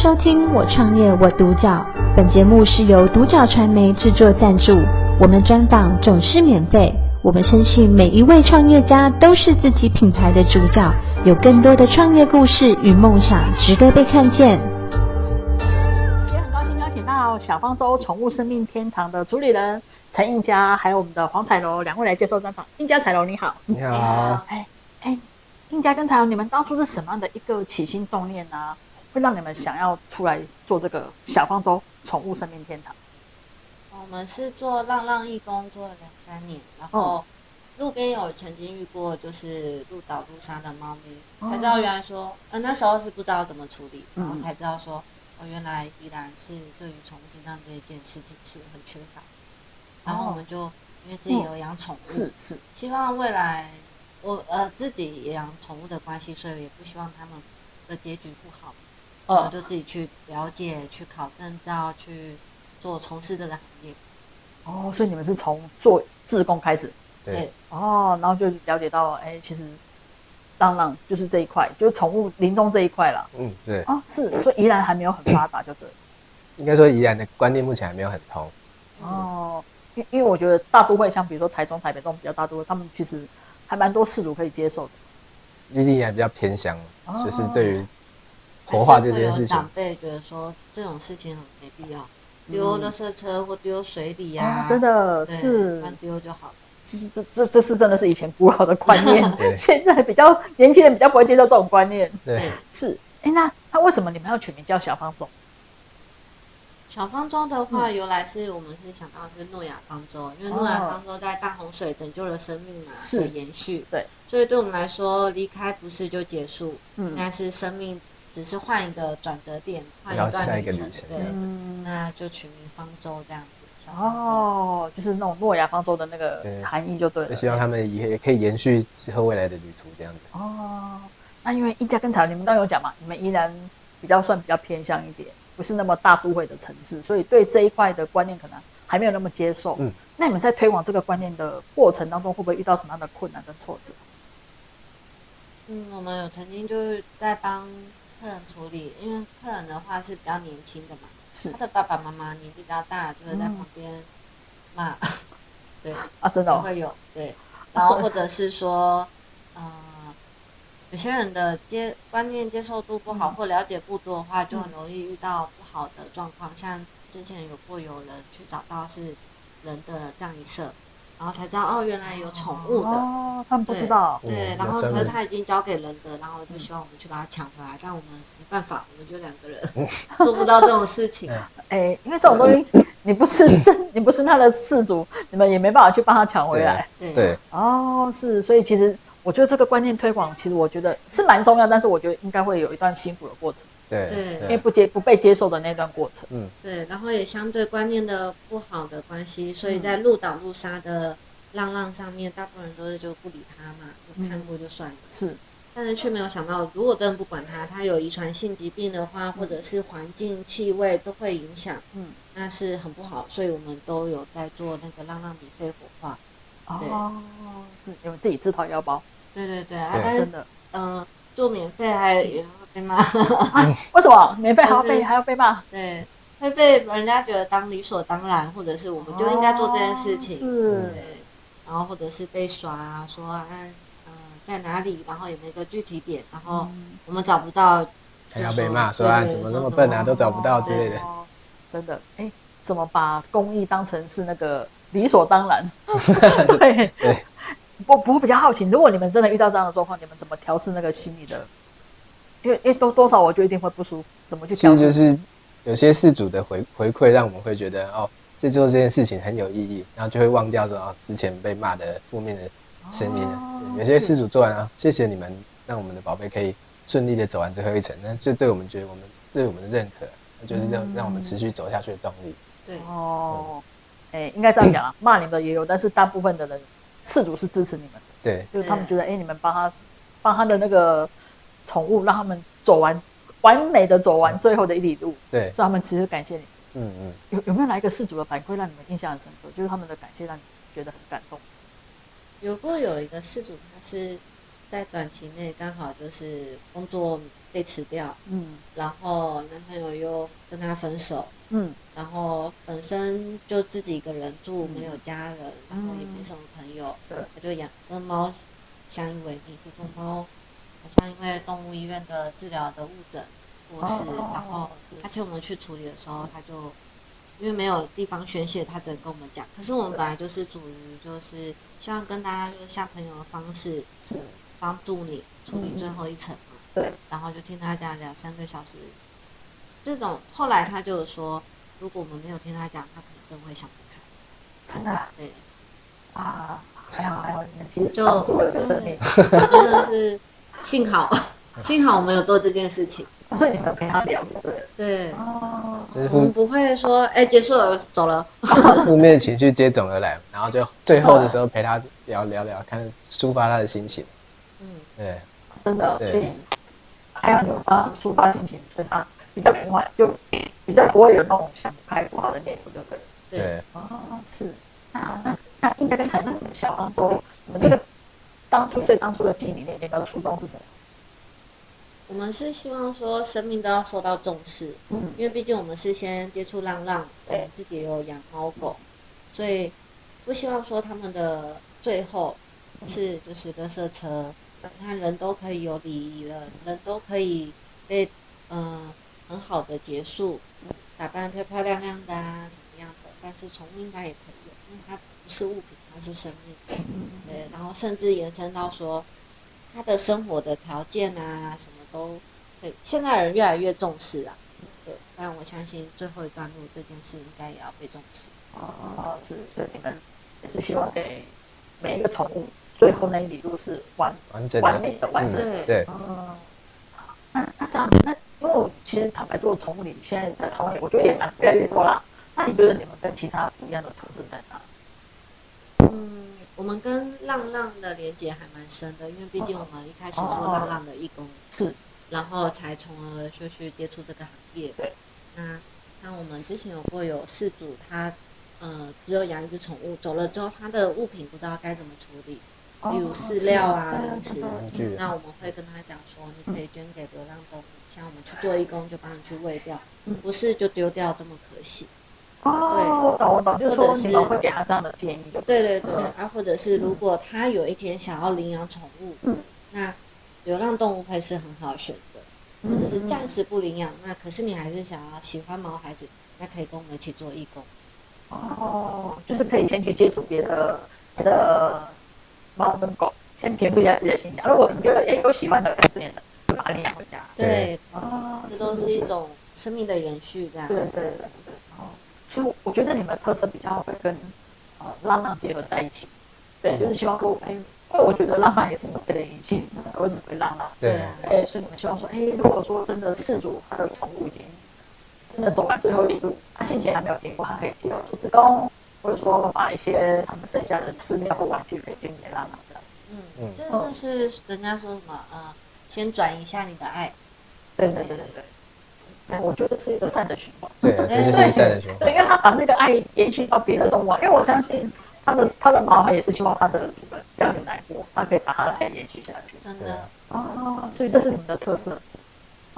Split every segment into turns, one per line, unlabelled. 收听《我创业我独角》，本节目是由独角传媒制作赞助，我们专访总是免费。我们深信每一位创业家都是自己品牌的主角，有更多的创业故事与梦想值得被看见。
今天很高兴邀请到小方舟宠物生命天堂的主理人陈应佳，还有我们的黄彩柔两位来接受专访。应佳、彩柔，你好。
你好，
哎哎，应佳跟彩柔，你们当初是什么样的一个起心动念呢、啊？会让你们想要出来做这个小方舟宠物生命天堂？
哦我们是做浪浪义工做了两三年，然后路边有曾经遇过就是路倒路杀的猫咪，才知道原来说，呃那时候是不知道怎么处理，然后才知道说，哦原来宜兰是对于宠物殡葬这一件事情是很缺乏，然后我们就因为自己有养
嗯
宠物，
是是，
希望未来我呃自己也养宠物的关系，所以也不希望他们的结局不好，
嗯
然后就自己去了解、去考证照、去做从事这个行业。
哦，所以你们是从做自工开始，
哎
对，
哦，然后就了解到，哎，其实浪浪就是这一块，就是宠物临终这一块啦。
嗯，对，
哦，是，所以宜兰还没有很发达，就对了。
应该说宜兰的观念目前还没有很通，
哦，因因为我觉得大都会，像比如说台中、台北这种比较大都会，他们其实还蛮多事主可以接受的。
毕竟宜兰比较偏乡
哦，
就是对于活化这件
还是会
事情
有长，辈觉得说这种事情很没必要，丢
嗯
垃圾车或丢水里呀、
哦真的
对
是
乱丢就好了。
其实这这这是真的是以前古老的观念，
对
现在比较年轻人比较不会接受这种观念。
对，
是，哎，那那为什么你们要取名叫小方总？
小方舟的
嗯
话，由来是我们是想到是诺亚方舟，
哦
因为诺亚方舟在大洪水拯救了生命嘛，
是
所以延续。
对，
所以对我们来说，离开不是就结束，
嗯
但是生命只是换一个转折点，换
然
一
后
段
下
旅
一个
程
旅程
对，
这样子
嗯，
那就取名方舟这样子。小方舟。
哦，就是那种诺亚方舟的那个
对
含义就对了
就。希望他们也可以延续之后未来的旅途这样子。
哦，那因为一家跟茶，你们刚刚有讲嘛，你们宜兰比较算比较偏向一点，不是那么大都会的城市，所以对这一块的观念可能还没有那么接受。
嗯，
那你们在推广这个观念的过程当中，会不会遇到什么样的困难跟挫折？
嗯，我们有曾经就是在帮客人处理，因为客人的话是比较年轻的嘛，
是
他的爸爸妈妈年纪比较大，就会在旁边骂， 对，
啊，真的、
都
哦，
会有 对，然后或者是说，呃，有些人的接观念接受度不好、
嗯
或了解不多的话，就很容易遇到不好的状况，像之前有过有人去找到是人的葬仪社，然后才知道哦，原来有宠物的。
哦，他们不知道。
嗯
对，
有
然后
专
可
门
是他已经交给人的，然后就希望我们去把它抢回来，但我们没办法，我们就两个人
嗯
做不到这种事情。
哎，因为这种东西，你不是 真，你不是他的事主，你们也没办法去帮他抢回来。
对
对，
哦，是，所以其实我觉得这个观念推广，其实我觉得是蛮重要，但是我觉得应该会有一段辛苦的过程。
对
对
因为哎不接不被接受的那段过程。
嗯，
对，然后也相对观念的不好的关系，所
嗯
以在路倒路杀的浪浪上面，大部分人都是就不理他嘛，
嗯
就看过就算了。
是，
但是却没有想到，如果真的不管它，它有遗传性疾病的话，或
嗯
者是环境、气味都会影响，
嗯，
那是很不好。所以我们都有在做那个浪浪米肺火化。
哦，是你们自己自掏腰包，
对对对，啊
对
但是
真的。
嗯，做免费还有也会被 骂，
啊，为什么免费还要
但
被
是
还要被骂？
对，会被人家觉得当理所当然，或者是我们就应该做这件事情，
哦
对，然后或者是被耍啊，说啊，嗯、在哪里，然后也没个具体点，然后
嗯
我们找不到，
还要被骂说啊
对
怎么
说
那么
怎
笨
是，
啊都找不到之类的
哦真的，哎，怎么把公益当成是那个理所当然？ 对。
对，
我不过比较好奇，如果你们真的遇到这样的状况，你们怎么调试那个心理的？因为因为多多少我就一定会不舒服，怎么去
其
调
实
试？
就是有些事主的回回馈让我们会觉得哦，这做这件事情很有意义，然后就会忘掉说哦之前被骂的负面的声音了。
哦
对有些
是
事主做完啊，谢谢你们，让我们的宝贝可以顺利的走完最后一程，那这对我们觉得我们对我们的认可，就是让让我们持续走下去的动力。
对，
哦，哎，应该这样讲啊，骂你们的也有，但是大部分的人事主是支持你们的。
对，
就是他们
对
觉得，哎、你们帮他帮他的那个宠物，让他们走完完美的走完最后的一里路，
对，
所以他们其实感谢你。
嗯嗯。
有有没有哪一个事主的反馈让你们印象很深刻？就是他们的感谢让你觉得很感动。
有过有一个事主，他是在短期内刚好就是工作被辞掉，
嗯
然后男朋友又跟她分手，
嗯
然后本身就自己一个人住，没有家人，然后也没什么朋友，
对
他就养跟猫相依为命，结果猫好像因为动物医院的治疗的误诊过世，
哦
然后他请我们去处理的时候，他就因为没有地方宣泄，他只能跟我们讲。可是我们本来就是属于就是希望跟大家就是像朋友的方式，帮助你处理最后一层嘛。
对，
然后就听他讲两三个小时，这种后来他就说，如果我们没有听他讲，他可能更会想不开。
真的啊
对，
啊，还好还好，你们及时
就嗯
帮助了一个生命，
真的是幸好，幸好我们有做这件事情。
所以你们陪他聊就对了。
嗯对，
哦，
就是
我们
负
不会说，哎，结束了，走了。
负面的情绪接踵而来，然后就最后的时候陪他聊聊聊，看抒发他的心情。
嗯，
对，
真的，
对
所以还要有他抒发心情，所以他啊比较平缓，就比较不会有那种想不开不好的念头，就对了。
对，
哦，是。那那那应该跟谈谈你们小当中，你们这个当初最当初的经理那边的初衷是什么？
我们是希望说生命都要受到重视，
嗯
因为毕竟我们是先接触浪浪，我
对
们自己也有养猫狗，所以不希望说他们的最后是就是垃圾车。你看人都可以有礼仪了，人都可以被嗯、呃很好的结束，打扮漂漂亮亮的啊，什么样的，但是宠物应该也可以有，因为它不是物品，它是生命。对，然后甚至延伸到说，他的生活的条件啊，什么都对，现在人越来越重视啊。对，但我相信最后一段路这件事应该也要被重视。
哦，是，所以你们也是希望给每一个宠物最后那一里路是完
完整
完
的
美的，完
嗯
整的。
整
对，
哦，那那这样子，那因为我其实坦白做宠物理，现在在台湾我觉得也蛮越来越多啦。那你觉得你们跟其他不一样的特色在哪？
嗯，我们跟浪浪的连接还蛮深的，因为毕竟我们一开始做
哦
浪浪的义工，
是，
然后才从而就去接触这个行业。
对，
那像我们之前有过有事主他，呃，只有养一只宠物，走了之后他的物品不知道该怎么处理，
哦
例如饲料啊、零
是
食
对对对
玩具
那我们会跟他讲说，你可以捐给流浪动物，像我们去做义工就帮你去喂掉，
嗯
不是就丢掉这么可惜。
哦，我懂我懂，就是说
或者是
你们会给他这样的建议，就
对对对，啊，或者是如果他有一天想要领养宠物，
嗯
那流浪动物会是很好的选择，或者是暂时不领养，那可是你还是想要喜欢毛孩子，那可以跟我们一起做义工。
哦，就是可以先去接触别的别的猫跟狗，先平复一下自己的心情。如果你觉得哎有喜欢的、有适应的，就把它领养回家。
对
对，
哦
这都是一种生命的延续，这样。
对对对对对。哦，所以我觉得你们的特色比较会跟呃浪浪结合在一起。对，就是希望说，哎，因为我觉得浪漫也是你们的引擎，那才会成为浪浪。
对，
哎，所以你们希望说，哎，如果说真的事主他的宠物已经真的走完最后一路，他心情还没有平复，他可以接到做志工，哦或者说把一些他们剩下的饲料或玩具可以捐给浪浪这样子。
嗯
嗯，
真的是人家说什么呃，先转移一下你的爱。
对对对对对。哎，我觉得是一个善的循环。
对，这就是一善的循
对，
环。
因为他把那个爱延续到别的动物啊，因为我相信他的他的毛孩也是希望他的主人不要很难过，他可以把他的爱延续下去。
真
对
的
啊，
哦，所以这是你们的特色。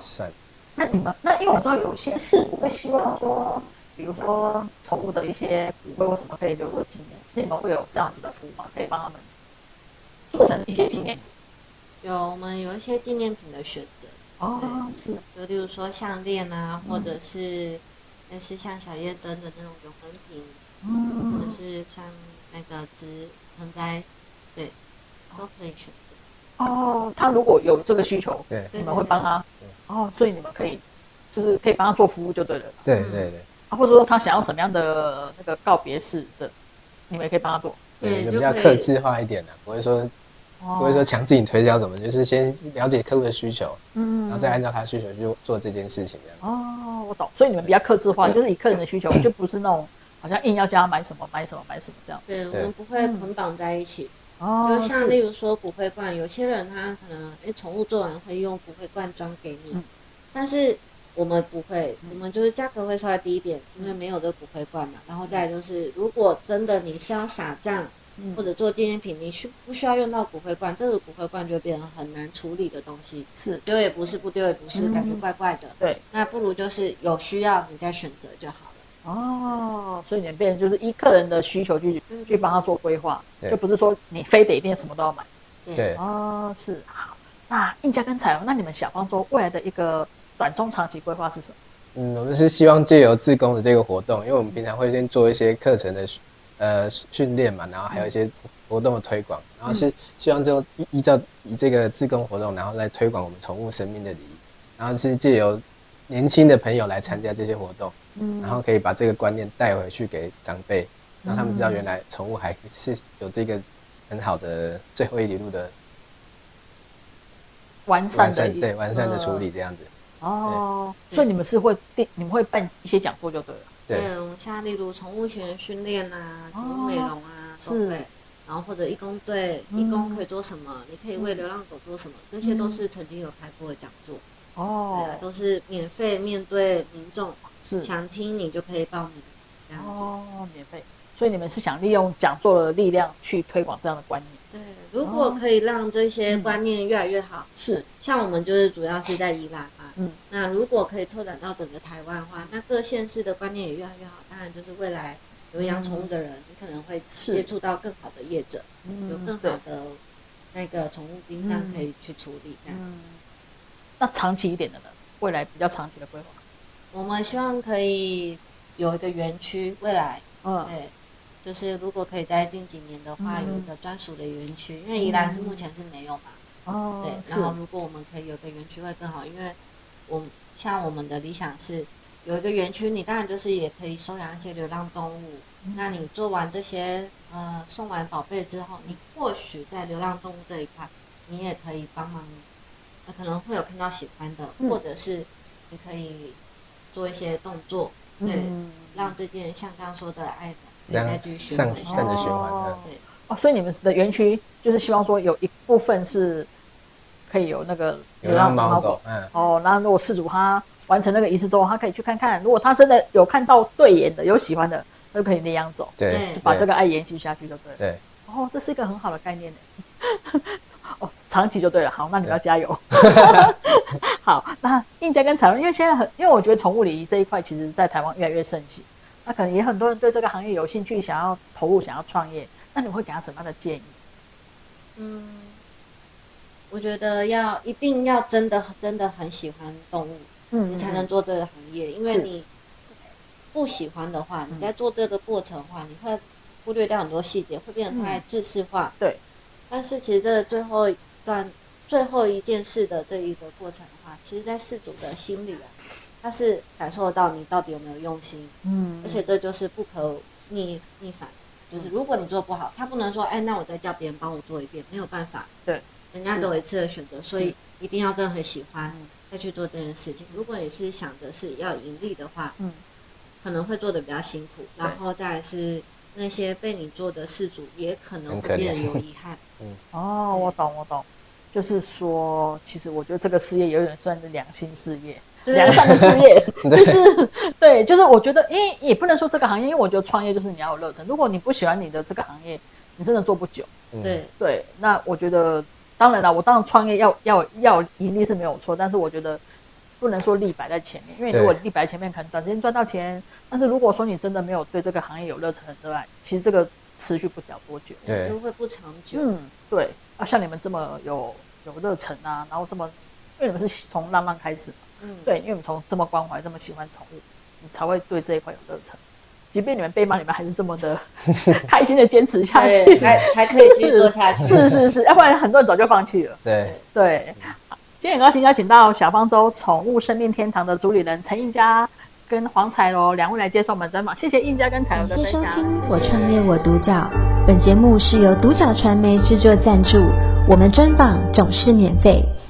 善，
那你们那因为我知道有些事我会希望说，比如说宠物的一些骨灰或什么可以留作纪念，那你们会有这样子的服务吗？可以帮他们做成一些纪念品。
有我们有一些纪念品的选择，
哦，是，
就例如说项链啊，或者是类似像小夜灯的那种永恒瓶，或者
嗯，
是像那个植盆栽，对，都可以选择。
哦，他如果有这个需求，
对
你们会帮他。哦，所以你们可以就是可以帮他做服务就对了。
对对对，
啊，或者说他想要什么样的那个告别式的，你们也可以帮他做。
对，
对
就
就
比较
可以
克制化一点的，不会说
哦
不会说强制你推销什么，就是先了解客户的需求，
嗯
然后再按照他的需求去做这件事情，这样。
哦，我懂。所以你们比较克制化，就是以客人的需求，就不是那种好像硬要叫他买什么买什么买什么这样。
对，我
对
们不会捆绑在一起。
哦
就像例如说骨灰罐，有些人他可能诶宠物做完会用骨灰罐装给你，
嗯
但是我们不会，我们就是价格会
嗯
稍微低一点，因为没有这个骨灰罐嘛。然后再来就是，如果真的你是要撒葬，
嗯
或者做纪念品，你需不需要用到骨灰罐？这个骨灰罐就变成很难处理的东西，
是嗯
丢也不是，不丢也不是，感觉怪怪的。
对，
那不如就是有需要你再选择就好了。
哦，所以你们变成就是依个人的需求去
嗯
去帮他做规划，
对
就不是说你非得一定什么都要买。
对，
哦，是好。那印加跟彩虹，那你们想方说未来的一个短中长期规划是什么？
嗯，我们是希望借由志工的这个活动，因为我们平常会先做一些课程的训呃训练嘛，然后还有一些活动的推广，然后是希望就依依照以这个志工活动，然后来推广我们宠物生命的礼仪，然后是借由年轻的朋友来参加这些活动，
嗯
然后可以把这个观念带回去给长辈，让他们知道原来宠物还是有这个很好的最后一里路的
完善
完
的
善
一嗯
对完善的处
个
理这样子，
哦，所以你们是会定，你们会办一些讲座就对了。
对
对，我们现在例如宠物犬训练啊，宠物美容啊，
哦是
都会。然后或者义工队，
嗯
义工可以做什么？你可以为流浪狗做什么？这些都是曾经有开过的讲座，对
哦，
啊都是免费面对民众，
是
想听你就可以报名，这样子。
哦，免费。所以你们是想利用讲座的力量去推广这样的观念？
对，如果可以让这些观念越来越好，
哦嗯是，
像我们就是主要是在宜兰嘛，
嗯，
那如果可以拓展到整个台湾的话，那各县市的观念也越来越好。当然，就是未来有养宠物的人，你可能会
是
接触到更好的业者，
嗯
有更好的那个宠物殡葬可以去处理。这样，
嗯，那长期一点的呢？未来比较长期的规划。
我们希望可以有一个园区，未来，
嗯
对，就是如果可以在近几年的话，
嗯
有一个专属的园区，因为宜兰是目前是没有嘛。
哦
对，然后如果我们可以有个园区会更好，因为我们像我们的理想是有一个园区，你当然就是也可以收养一些流浪动物。
嗯
那你做完这些呃送完宝贝之后，你或许在流浪动物这一块，你也可以帮忙，呃可能会有看到喜欢的，
嗯
或者是你可以做一些动作，对，
嗯
让这件像刚刚说的爱
这
的
样
再去循
上
环一下
善的循环
哦
对。
哦，所以你们的园区就是希望说有一部分是可以有那个
流浪
猫
猫狗，嗯，
哦，那如果事主他完成那个仪式之后，他可以去看看，如果他真的有看到对眼的、有喜欢的，那就可以领养走，
对
对，
就把
对
这个爱延续下去就对了。
对。
哦，这是一个很好的概念 呢。哦，长期就对了。好，那你们要加 油。好，那印加跟彩虹，因为现在很，因为我觉得宠物礼仪这一块，其实在台湾越来越盛行。那可能也很多人对这个行业有兴趣，想要投入，想要创业。那你会给他什么样的建议？
嗯，我觉得要一定要真的真的很喜欢动物，
嗯
你才能做这个行业，
是嗯
因为你不喜欢的话，你在做这个过程的话，你会忽略掉很多细节，会变得太制式化。
对，
但是其实这个最后一段最后一件事的这一个过程的话，其实在事主的心里啊，他是感受得到你到底有没有用心，
嗯
而且这就是不可逆逆反，就是如果你做不好，他不能说，哎，那我再叫别人帮我做一遍，没有办法，
对，
人家
是
只有一次的选择，所
是
以一定要真的很喜欢
嗯
再去做这件事情。如果你是想的是要盈利的话，
嗯，
可能会做的比较辛苦，
对
然后再来是那些被你做的事主也可能
很可
会变得
怜
有遗 憾，
嗯
哦，我懂，我懂。就是说，其实我觉得这个事业有点算是良心事业，
对
良善的事业， 就是对，就是我觉得，因为也不能说这个行业，因为我觉得创业就是你要有热忱。如果你不喜欢你的这个行业，你真的做不久。
嗯
对，
对，那我觉得，当然了，我当然创业要要要盈利是没有错，但是我觉得不能说立摆在前面，因为
对
如果立摆在前面，可能短时间赚到钱，但是如果说你真的没有对这个行业有热忱之外，其实这个持续不了多久。
对
就会不长久。
嗯，对，啊，像你们这么有有热忱啊，然后这么，因为你们是从浪浪开始嘛，
嗯，
对，因为你们从这么关怀、这么喜欢宠物，你才会对这一块有热忱。即便你们被骂，你们还是这么的开心的坚持下
对，
去，
才才可以继续做下去。
是是是，要不然很多人早就放弃了。
对，
对，好今天很高兴邀请到小方舟宠物生命天堂的主理人陈应佳跟黄彩柔两位来接受我们的专访，谢谢应佳跟彩柔的
感
分
谢收
享，
听
谢
我
谢
创业我独角》，本节目是由独角传媒制作赞助，我们专访总是免费。